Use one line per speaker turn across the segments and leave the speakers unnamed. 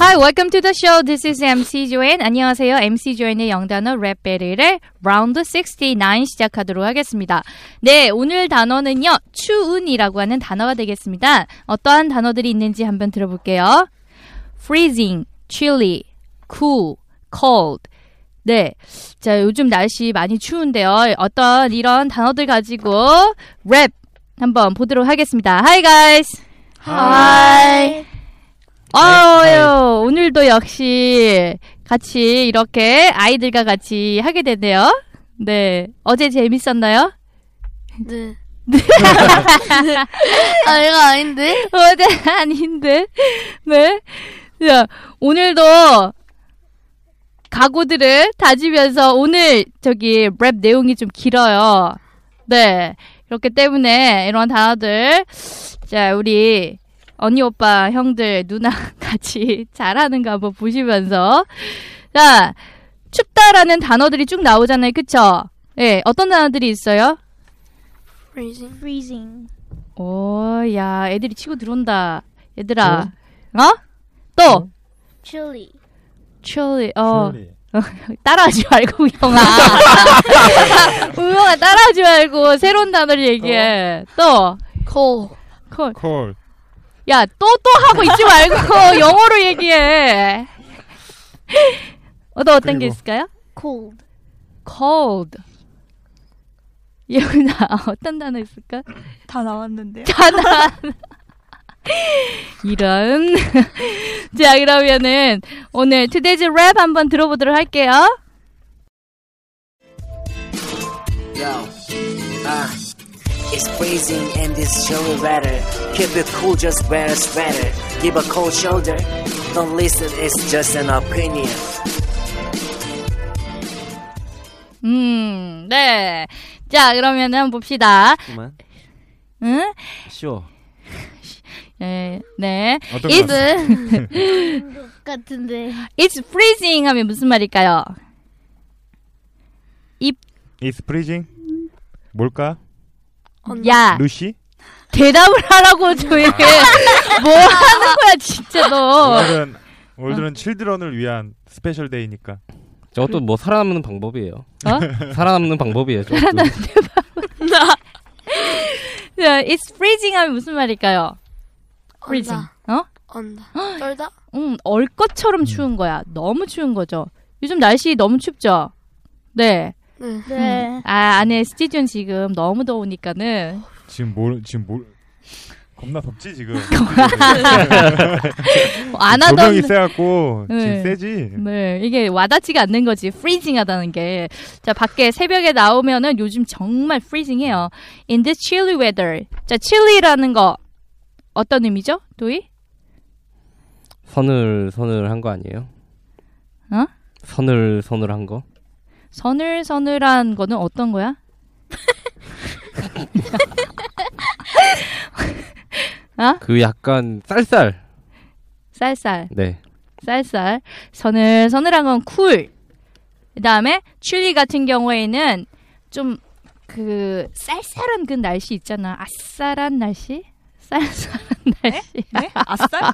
Hi, welcome to the show. This is MC 조엔. 안녕하세요. MC 조엔의 영단어 랩 배틀의 라운드 69 시작하도록 하겠습니다. 네, 오늘 단어는요. 추운이라고 하는 단어가 되겠습니다. 어떠한 단어들이 있는지 한번 들어볼게요. freezing, chilly, cool, cold. 네. 자, 요즘 날씨 많이 추운데요. 어떤 이런 단어들 가지고 랩 한번 보도록 하겠습니다. Hi guys. Hi. 아유, 오늘도 역시 같이 이렇게 아이들과 같이 하게 되네요. 네. 어제 재밌었나요?
네. 아, 이거 아닌데?
어제 아닌데. 네. 자, 오늘도 각오들을 다지면서 오늘 저기 랩 내용이 좀 길어요. 네. 그렇기 때문에 이런 단어들 자, 우리 언니 오빠 형들 누나 같이 잘하는가 한번 보시면서 자, 춥다라는 단어들이 쭉 나오잖아요. 그쵸? 예, 어떤 단어들이 있어요?
freezing.
freezing,
오, 어, 야, 애들이 치고 들어온다. 얘들아, 어? 또
chilly,
추리, 어, 따라하지 말고 우영아, 우영아 따라하지 말고 새로운 단어를 얘기해. 또,
cold.
콜,
콜.
야, 또 또 하고 있지 말고 영어로 얘기해. 어, 또 어떤 게
그리고.
있을까요?
cold,
cold. 예훈아, 어떤 단어 있을까?
다 나왔는데요.
가난. 이런. 자, 그러면은 오늘 투데이즈 랩 한번 들어보도록 할게요.
Yo, ah, it's freezing in this chilly weather. Keep it cool, just wear a sweater. Give a cold shoulder. Don't listen, it's just an opinion.
음, 네. 자, 그러면은 한번 봅시다.
그만.
응?
쇼.
예, 네.
어떤
It's,
거?
같은데
it's freezing 하면 무슨 말일까요?
It's freezing. 뭘까?
야,
루시?
대답을 하라고 조용히. 해. 뭐 하는 거야, 진짜 너.
오늘은
어.
오늘은 칠드런을 위한 스페셜 데이니까.
저것도 뭐 살아남는 방법이에요.
어?
살아남는 방법이에요. 저것도.
자, It's freezing 하면 무슨 말일까요? freezing.
언다.
어?
언다. 떨다?
음, 얼 것처럼 추운 거야. 너무 추운 거죠. 요즘 날씨 너무 춥죠? 네.
네.
네.
아, 안에 스튜디오는 지금 너무 더우니까는.
지금 뭘 지금 뭘 겁나 덥지 지금.
안
조명이
하던.
세갖고
네.
지금 세지.
네, 이게 와닿지가 않는 거지. 프리징 하다는 게. 자, 밖에 새벽에 나오면은 요즘 정말 프리징 해요. In this chilly weather. 자, chilly라는 거. 어떤 의미죠? 도희?
선을 선을 한 거 아니에요?
어?
선을 선을 한 거?
서늘서늘한 거는 어떤 거야?
그 약간 쌀쌀.
쌀쌀.
네.
쌀쌀. 서늘서늘한 건 쿨. 그 다음에 칠리 같은 경우에는 좀 그 쌀쌀한 그 날씨 있잖아. 아싸란 날씨? 쌀쌀한 날씨.
네? 아싸?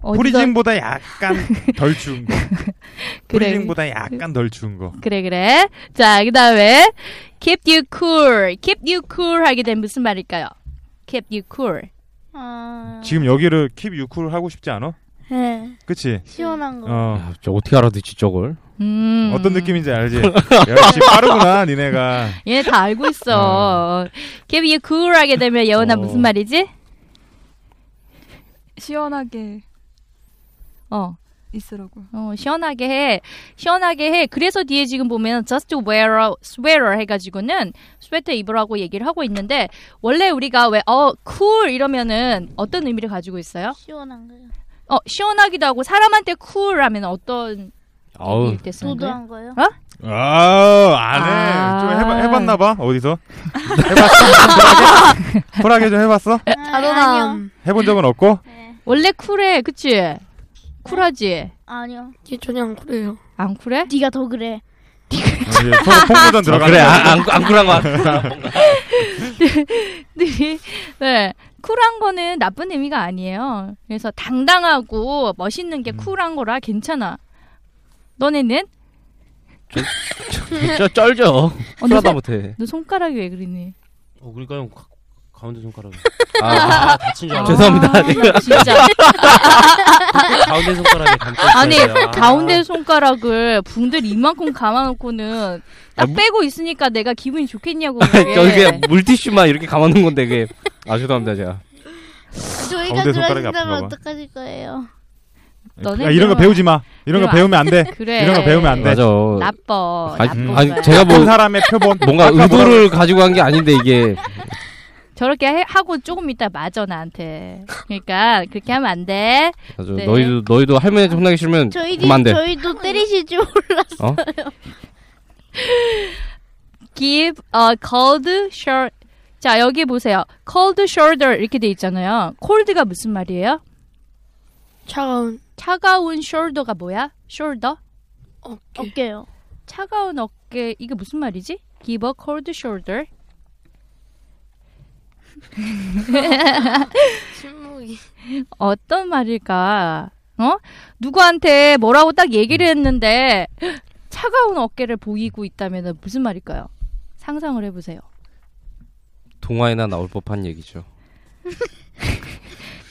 어디서-
프리징보다 약간 덜 추운 거.
그래,
프리징보다 약간 덜 추운 거.
그래, 그래. 자, 그 다음에 keep you cool. keep you cool 하게 되면 무슨 말일까요? keep you cool.
아.
지금 여기를 킵 유쿨 하고 싶지 않아?
네.
그치?
시원한 거.
어.
야, 아, 저 어떻게 알아듣지 저걸?
음.
어떤 느낌인지 알지? 역시 빠르구나 니네가
얘네 다 알고 있어. 걔비 이게 쿨하게 되면 예원아
어.
무슨 말이지?
시원하게
어.
있으라고.
어, 시원하게 해. 시원하게 해. 그래서 뒤에 지금 보면 just wear a sweater 해가지고는 스웨터 입으라고 얘기를 하고 있는데 원래 우리가 왜 어, cool 이러면은 어떤 의미를 가지고 있어요?
시원한 거요.
어, 시원하기도 하고 사람한테 cool 하면 어떤
아우
얘기일 때 쓰는 거예요?
도도한 거요.
아 안해
아.
좀 해봐, 해봤나 봐 어디서 해봤어? 쿨하게? 쿨하게 좀 해봤어?
네, 자도남.
해본 적은 없고?
아, 네.
원래 쿨해. 그치? 쿨하지?
아니요. 이게 전혀 안 그래요.
안 쿨해?
네가 더 그래.
이제 서로 통보전
아,
들어가는
그래
거야.
안, 안, 안 쿨한 거 같아.
네. 네. 쿨한 거는 나쁜 의미가 아니에요. 그래서 당당하고 멋있는
음.
게 쿨한 거라 괜찮아. 너네는?
저 쩔죠.
어,
쿨하다
너,
못해.
너 손가락이 왜 그러니?
어, 그러니까요. 가, 가운데 손가락.
아,
아, 다친 줄 알았어.
죄송합니다.
진짜.
가운데 손가락에 감고 있어요.
아니,
아.
가운데 손가락을 붕들 이만큼 감아놓고는 딱 빼고 있으니까 내가 기분이 좋겠냐고. 그게.
뭐- 저 그냥 물티슈만 이렇게 감아놓은 건데 그게 아 죄송합니다 제가.
저희가
가운데 손가락이
그러신다면
아픈가 봐.
어떡하실 거예요?
너네
야, 이런 거
그럼-
배우지 마 이런 거
그럼
배우면 안돼
그래.
이런 거 배우면
네.
안 돼.
맞아.
나빠.
아니,
나쁜
아니,
거야.
제가 뭐
큰 사람의 표본
뭔가
아까 뭐라고
의도를 가지고 한 게 아닌데 이게
저렇게 해- 하고 조금 이따 맞아, 나한테. 그러니까, 그렇게 하면 안 돼.
맞아.
네.
너희도 너희도 할머니한테 혼나기 싫으면
저희도
그만 돼.
저희도 때리실 줄 몰랐어.
어?
give a cold shoulder. 자, 여기 보세요. cold shoulder 이렇게 돼 있잖아요. cold가 무슨 말이에요?
차가운
차가운 shoulder가 뭐야? shoulder?
어깨.
어깨요.
차가운 어깨. 이게 무슨 말이지? give a cold shoulder.
어, 침묵이.
어떤 말일까? 어? 누구한테 뭐라고 딱 얘기를 했는데 차가운 어깨를 보이고 있다면 무슨 말일까요? 상상을 해보세요.
동화에나 나올 법한 얘기죠.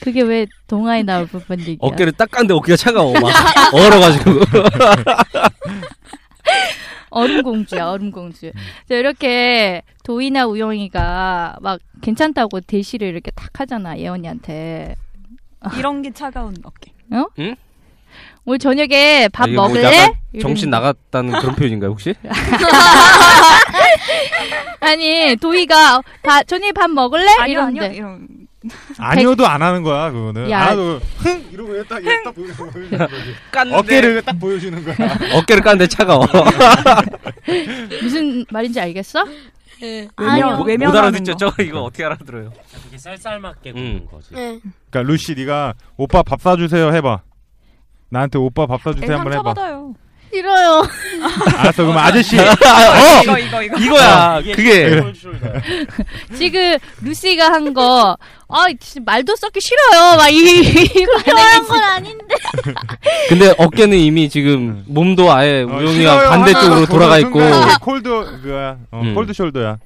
그게 왜 동화에 나올 법한 얘기야?
어깨를 딱 깠는데 어깨가 차가워 막 얼어가지고.
얼음공주야, 얼음공주. 자, 이렇게 도희나 우영이가 막 괜찮다고 대시를 이렇게 탁 하잖아, 예언이한테.
이런 게 차가운 어깨.
오늘 저녁에 밥
이게 뭐
먹을래?
약간
이러는
정신
거.
나갔다는 그런 표현인가요 혹시?
아니, 도희가 다, 저녁에 밥 먹을래?
아니요
이러는데.
아니요 이런.
아니어도 안 하는 거야 그거는
야.
안 하도 흥 이러고 이거 딱 이거 딱 보여주는 거지
깠는데
어깨를 딱 보여주는 거야
어깨를 깠는데 차가워.
무슨 말인지 알겠어?
못-
네. 아니요.
못
외면하는
알아듣죠?
거.
저 이거 어떻게 알아들어요?
그게 쌀쌀맞게
음.
구는 거지.
네.
그러니까 루시 네가 오빠 밥 사주세요 해봐 나한테 오빠 밥 사주세요
예,
한번 해봐
받아요.
싫어요.
알았어 그럼 아저씨
이거 이거 이거.
어! 아, 이거야. 그게
지금 루시가 한 거, 아, 진짜 말도 썩기 싫어요. 막 이, 이
그런
반응이.
건 아닌데.
근데 어깨는 이미 지금 몸도 음. 아예 우영이와
싫어요
반대쪽으로
하면서
돌아가 있고
보는 순간 콜드 그거야 어,
음.
콜드 숄더야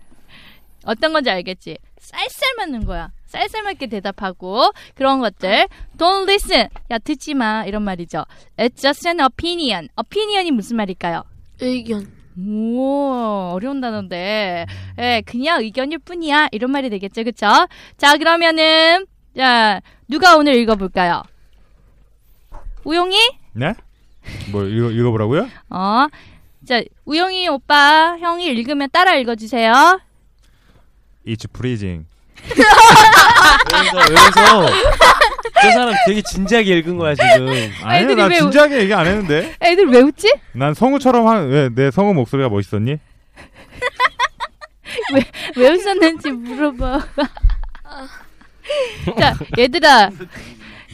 어떤 건지 알겠지? 쌀쌀 맞는 거야. 쌀쌀 맞게 대답하고 그런 것들. Don't listen. 야 듣지 마 이런 말이죠. It's just an opinion. opinion이 무슨 말일까요?
의견.
오 어려운 단어인데. 예, 그냥 의견일 뿐이야 이런 말이 되겠죠, 그쵸자 그러면은 자 누가 오늘 읽어볼까요? 우용이?
네? 뭐 읽어, 읽어보라고요?
어. 자 우용이 오빠 형이 읽으면 따라 읽어주세요.
It's freezing
그래서, 그래서 저 사람 되게 진지하게 읽은 거야 지금.
아니
애들이
나
왜 우-
진지하게 얘기 안 했는데
애들 왜 웃지?
난 성우처럼 한왜내 성우 목소리가 멋있었니?
왜 웃었는지 물어봐. 자, 얘들아.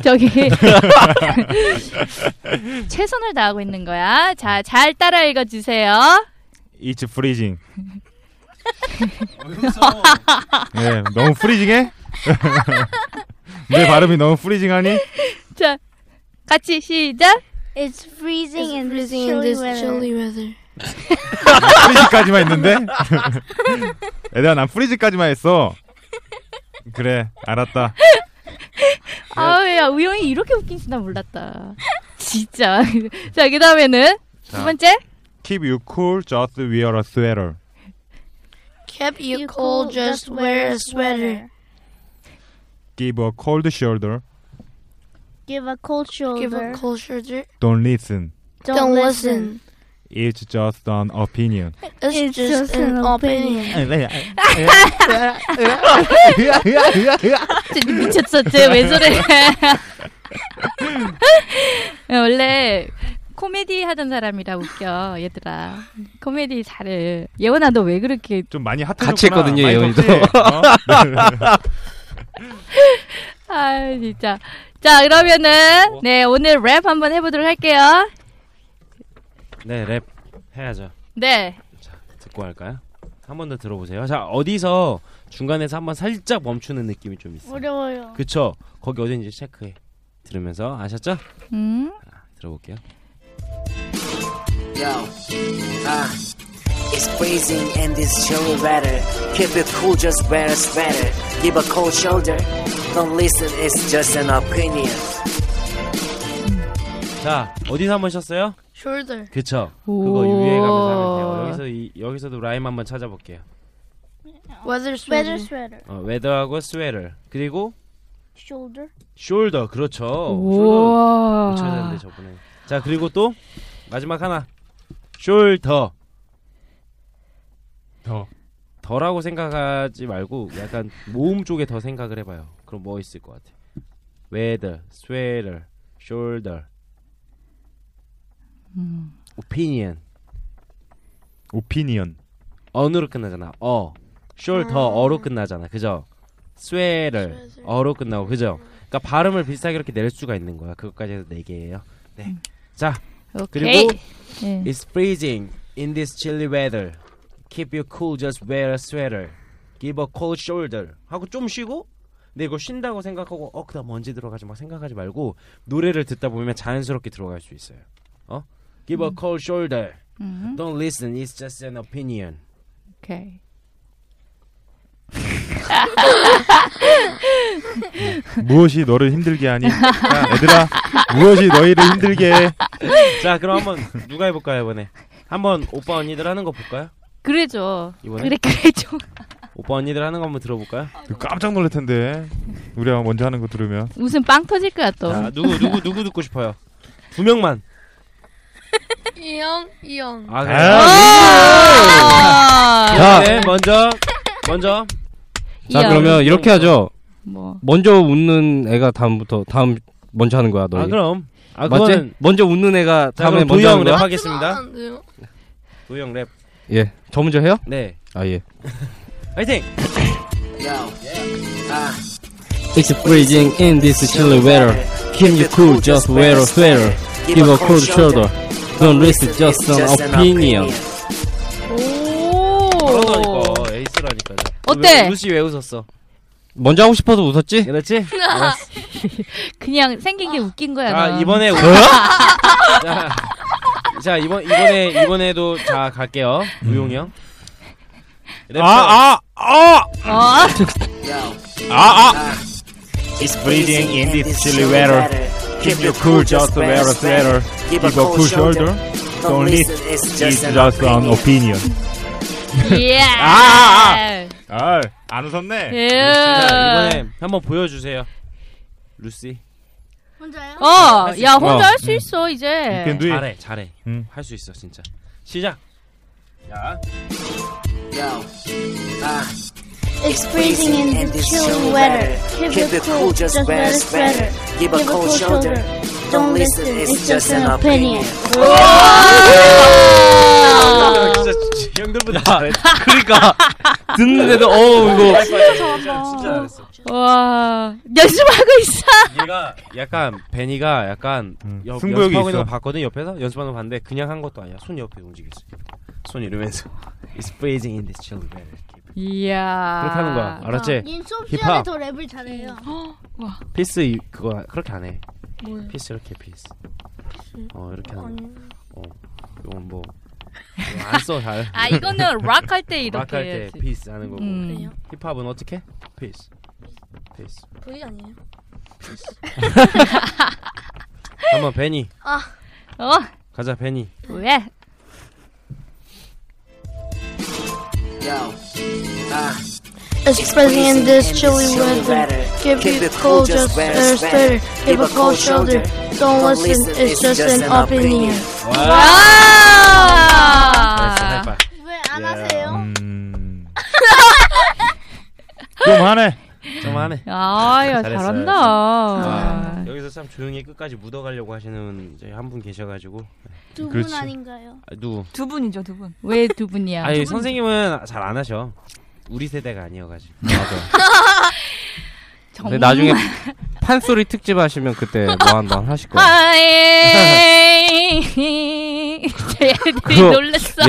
저기 최선을 다하고 있는 거야. 자, 잘 따라 읽어 주세요.
It's freezing 예, 너무 프리징해? 내 발음이 너무 프리징하니?
자, 같이 시작.
It's freezing
It's freezing in this chilly weather.
프리징까지만 했는데? 얘들아, 난 프리징까지만 했어. 그래, 알았다.
아야 우영이 이렇게 웃긴 줄 난 몰랐다. 진짜. 자 그다음에는 두
자.
번째.
Keep you cool, just wear a sweater.
Kept you cold, just wear a sweater.
Give a cold shoulder,
Give a cold shoulder.
Give a cold shoulder.
don't listen.
Don't,
Don't
listen.
It's just an opinion.
It's, just, an opinion.
진짜 미쳤어. 쟤왜 저래? 원래 코미디 하던 사람이라 웃겨 얘들아. 코미디 잘해. 예원아 너 왜 그렇게
좀 많이 핫해졌구나.
같이 했거든요,
많이
예원이도.
덥지? 어?
아 진짜. 자
뭐?
그러면은 네 오늘 랩 한번 해보도록 할게요.
네, 랩 해야죠.
네.
듣고 할까요? 한 번 더 들어보세요. 자, 어디서 중간에서 한번 살짝 멈추는 느낌이 좀 있어요.
어려워요.
그쵸? 거기 어딘지 체크해. 들으면서 아셨죠?
음.
들어볼게요.
Yo, ah, it's freezing and this chilly weather. Keep it cool, just wear a sweater. Give a cold shoulder. Don't listen, it's just an opinion.
자, 어디서 한번 쉬었어요?
Shoulder.
그쵸?
오.
그거 유의해가면서 하면 돼요. 여기서 이, 여기서도 라임 한번 찾아볼게요.
Weather sweater.
Weather sweater.
어, 웨더하고 스웨터 그리고
Shoulder.
숄더 그렇죠.
우와.
숄더 못 찾았는데 저번에. 자 그리고 또 마지막 하나 숄더
더.
더라고 생각하지 말고 약간 모음 쪽에 더 생각을 해봐요. 그럼 뭐 있을 것 같아? 웨더, 스웨터, 숄더, 오피니언.
Opinion.
언으로 끝나잖아. 어. 숄더 어로 끝나잖아. 그죠? 스웨터 어로 끝나고 그죠? 그러니까 발음을 비슷하게 이렇게 낼 수가 있는 거야. 그것까지 해서 네 개예요. 네. 자.
오케이.
그리고
네.
It's freezing in this chilly weather. Keep you cool just wear a sweater. Give a cold shoulder. 하고 좀 쉬고 근데 이거 쉰다고 생각하고 어 그다음 언제 들어가지 막 생각하지 말고 노래를 듣다 보면 자연스럽게 들어갈 수 있어요. 어? Give a cold shoulder.
음.
Don't listen. It's just an opinion.
오케이.
무엇이 너를 힘들게 하니? 야, 얘들아, 무엇이 너희를 힘들게 해?
자 그럼 한번 누가 해볼까요 이번에 한번 오빠 언니들 하는 거 볼까요
그래죠.
이번에?
그래 그래죠.
오빠 언니들 하는 거 한번 들어볼까요
깜짝 놀랄 텐데. 우리가 먼저 하는 거 들으면.
웃음 빵 터질 거야 또.
자 누구 누구 누구 듣고 싶어요 두 명만
Young, young.
아
아!
그래요 네 먼저 먼저
자
야,
아, 그러면 이렇게 하죠.
뭐.
먼저 웃는 애가 다음부터 다음 먼저 하는 거야 너희.
아 그럼 아
맞지?
그거는
먼저 웃는 애가
자
다음에
그럼
먼저
도영
하는
랩
거야?
하겠습니다 도영 랩
예. 저 먼저 해요?
네.
아 예.
화이팅
Yo, ah,
It's freezing in this chilly weather. Keep you cool, just wear a sweater. Give a cold shoulder. Don't listen, just an opinion.
그러다니까 에이스라니까
어때?
왜, 루시 왜 웃었어
먼저 하고 싶어서 웃었지?
그렇지 알았어.
그냥 생긴 게 웃긴 거야.
아
넌.
이번에 우- 자, 자 이번 이번에 이번에도 자 갈게요
음.
우용이 형 랩.
아, 아, 아!
어?
yo,
아, 아!
it's
freezing in this chilly weather. Keep you cool, just wear a sweater.
Give
Keep a cool shoulder.
Don't
Don't
listen,
listen.
it's
It's
just an
just an
opinion.
opinion.
예.
아, 아, 안 웃었네.
예.
자, 이번에 한번 보여주세요 루시
혼자요?
어,
할수
야
있어.
혼자
어.
할 수 있어 이제.
You can do it.
잘해 잘해
음.
할 수 있어 진짜 시작 야
Yo, ah,
It's freezing in the chilly weather. Keep it cool, just wear a sweater.
Give a cold shoulder. Don't listen, it's just an opinion.
아, 진짜 진짜 형들보다 잘했어 그러니까
듣는데도 어우 이거
진짜, 진짜 잘했어
와, 연습하고 있어.
얘가 약간 베니가 약간
음,
여,
승부욕이
연습하고 있는
있어.
거 봤거든 옆에서 연습하는 거 봤는데 그냥 한 것도 아니야 손 옆에 움직였어 손 이러면서 It's freezing in this chilly weather
이야.
그렇게 하는
아,
거야 알았지?
얜 수업
힙합.
시간에 더 랩을 잘해요.
어?
피스 이- 그거 그렇게 안 해.
뭐요?
피스 이렇게 피스. 어 이렇게 하는. 거. 어 이건 뭐안써 잘.
아 이거는 락 할 때 이렇게
락할때
해야지.
피스 하는 거고
음.
힙합은 어떻게? 피스. 피스.
V 아니에요?
한번 베니
어. 어.
가자 베니
왜?
Yo, uh,
It's freezing in this chilly weather. Give you cold, just better, better. Give a cold shoulder. Don't listen, it's just an opinion.
아!
아!
와!
왜안 하세요?
음. 좀 하네.
좀 하네.
아야
잘했어요.
잘한다.
아, 여기서 참 조용히 끝까지 묻어가려고 하시는 한 분 계셔가지고
두 분
그렇지.
아닌가요? 어,
아, 누구?
두 분이죠, 두 분.
왜 두 분이야?
아니 선생님은 잘 안 하셔. 우리 세대가 아니어가지고. 근데 나중에 판소리 특집 하시면 그때 뭐 한다 하실 거야.
하이. 애들이
그거
예.
놀랬어.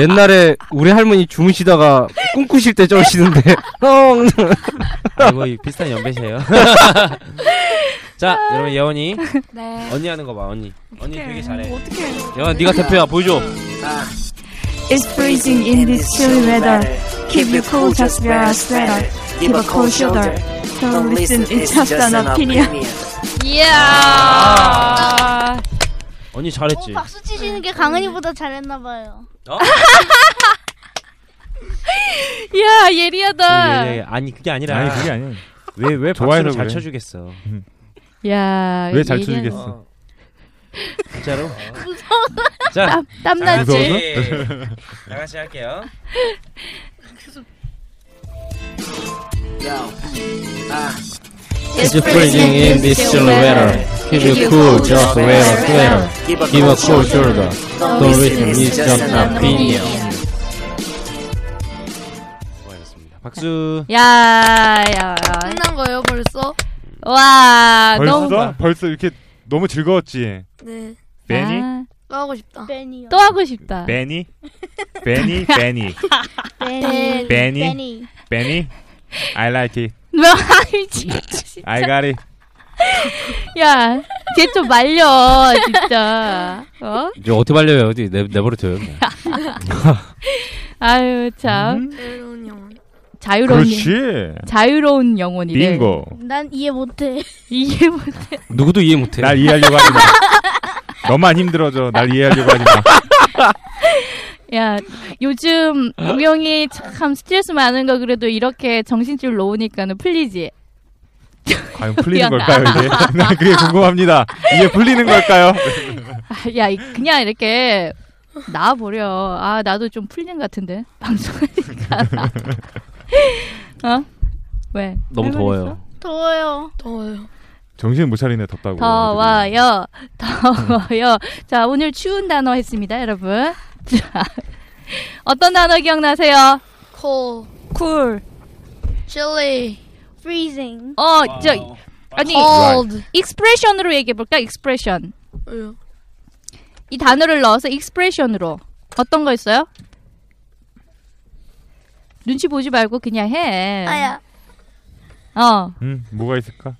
옛날에 우리 할머니 주무시다가 꿈꾸실 때 저러시는데 형.
아니 뭐 이- 비슷한 연배세요. 자 여러분 예원이
네.
언니 하는 거 봐 언니. 언니 되게 잘해.
어떻게 해?
예원 네가 대표야 보여줘.
It's freezing in this chilly weather. Keep you cool, just wear a sweater. Give a cold shoulder. Don't listen, it's just an opinion.
이야.
언니 잘했지. 어?
박수 치시는
네.
게 강은이보다 잘했나 봐요.
야 예리하다.
예, 예. 아니 그게 아니라.
아니, 그게 아니야.
왜왜
좋아해서
박수를 잘
그래.
쳐주겠어.
야.
왜 잘
예리한-
쳐주겠어?
진짜로.
무서워.
자,
땀-
아,
땀나지?
네.
무서워서? 다 같이 할게요.
yo, uh,
It's freezing in this chilly weather. Keep you cool, just wear a sweater. Give a cold shoulder. Don't listen, it's just an opinion.
박수.
야, 야.
끝난 거예요, 벌써?
와,
벌써
아, 너무
벌써 이렇게 너무 즐거웠지.
네.
베니,
아,
또 하고 싶다.
베니요.
또 하고 싶다.
베니, 베니, 베니,
베니.
베니, 베니. I like it.
너 알지?
I got it.
야, 걔 좀 말려, 진짜. 어?
이제 어떻게 말려요? 어디 내 내버려둬요. 그냥.
아유, 참.
자유로운 영혼.
자유로운
음? 그렇지.
자유로운 영혼이래.
빙고.
난 이해 못해.
이해 못해.
누구도 이해
네.
못해. 날 이해하려고 하지 마. 너만 힘들어져. 날 이해하려고 하지 마.
야, 요즘 우영이 참 스트레스 많은 거 그래도 이렇게 정신줄 놓으니까는 풀리지.
과연 풀리는 걸까요 이게? 난 그게 궁금합니다. 이게 풀리는 걸까요?
아, 야, 이- 그냥 이렇게 나와 버려. 아, 나도 좀 풀린 것 같은데 방송하니까. 어? 왜?
너무
할말
더워요.
있어?
더워요.
더워요.
정신 못 차리네 덥다고.
더워요. 더워요. 자, 오늘 추운 단어 했습니다, 여러분. 자, 어떤 단어 기억나세요?
Cold.
쿨.
Chilly.
Freezing.
어, 저 아니
Cold.
익스프레션으로 얘기해 볼까? 익스프레션. 이 단어를 넣어서 익스프레션으로 어떤 거 있어요? 눈치 보지 말고 그냥 해.
아야.
어,
음, 뭐가 있을까?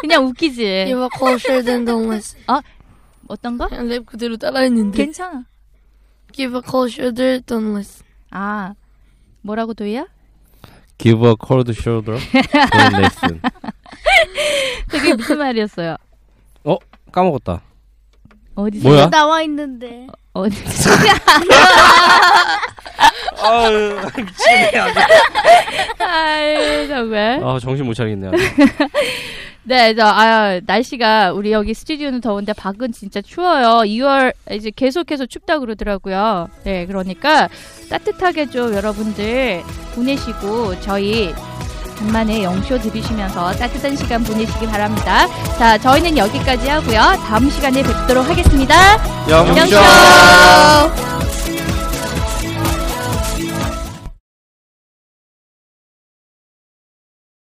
그냥 웃기지.
Give a cold shoulder and don't listen.
어? 어떤 거?
그냥 랩 그대로 따라했는데.
괜찮아.
Give a cold shoulder, don't listen.
아, 뭐라고 도희야?
Give a cold shoulder. Don't listen.
그게 무슨 말이었어요?
어 까먹었다.
어디서?
뭐야?
나와 있는데.
어디?
아유 미치겠네. 아주.
아유, 정말.
아 정신 못 차리겠네.
네, 저, 아, 날씨가 우리 여기 스튜디오는 더운데 밖은 진짜 추워요. 2월 이제 계속해서 춥다 그러더라고요. 네, 그러니까 따뜻하게 좀 여러분들 보내시고 저희 간만에 영쇼 들으시면서 따뜻한 시간 보내시기 바랍니다. 자, 저희는 여기까지 하고요. 다음 시간에 뵙도록 하겠습니다.
영쇼!
영쇼!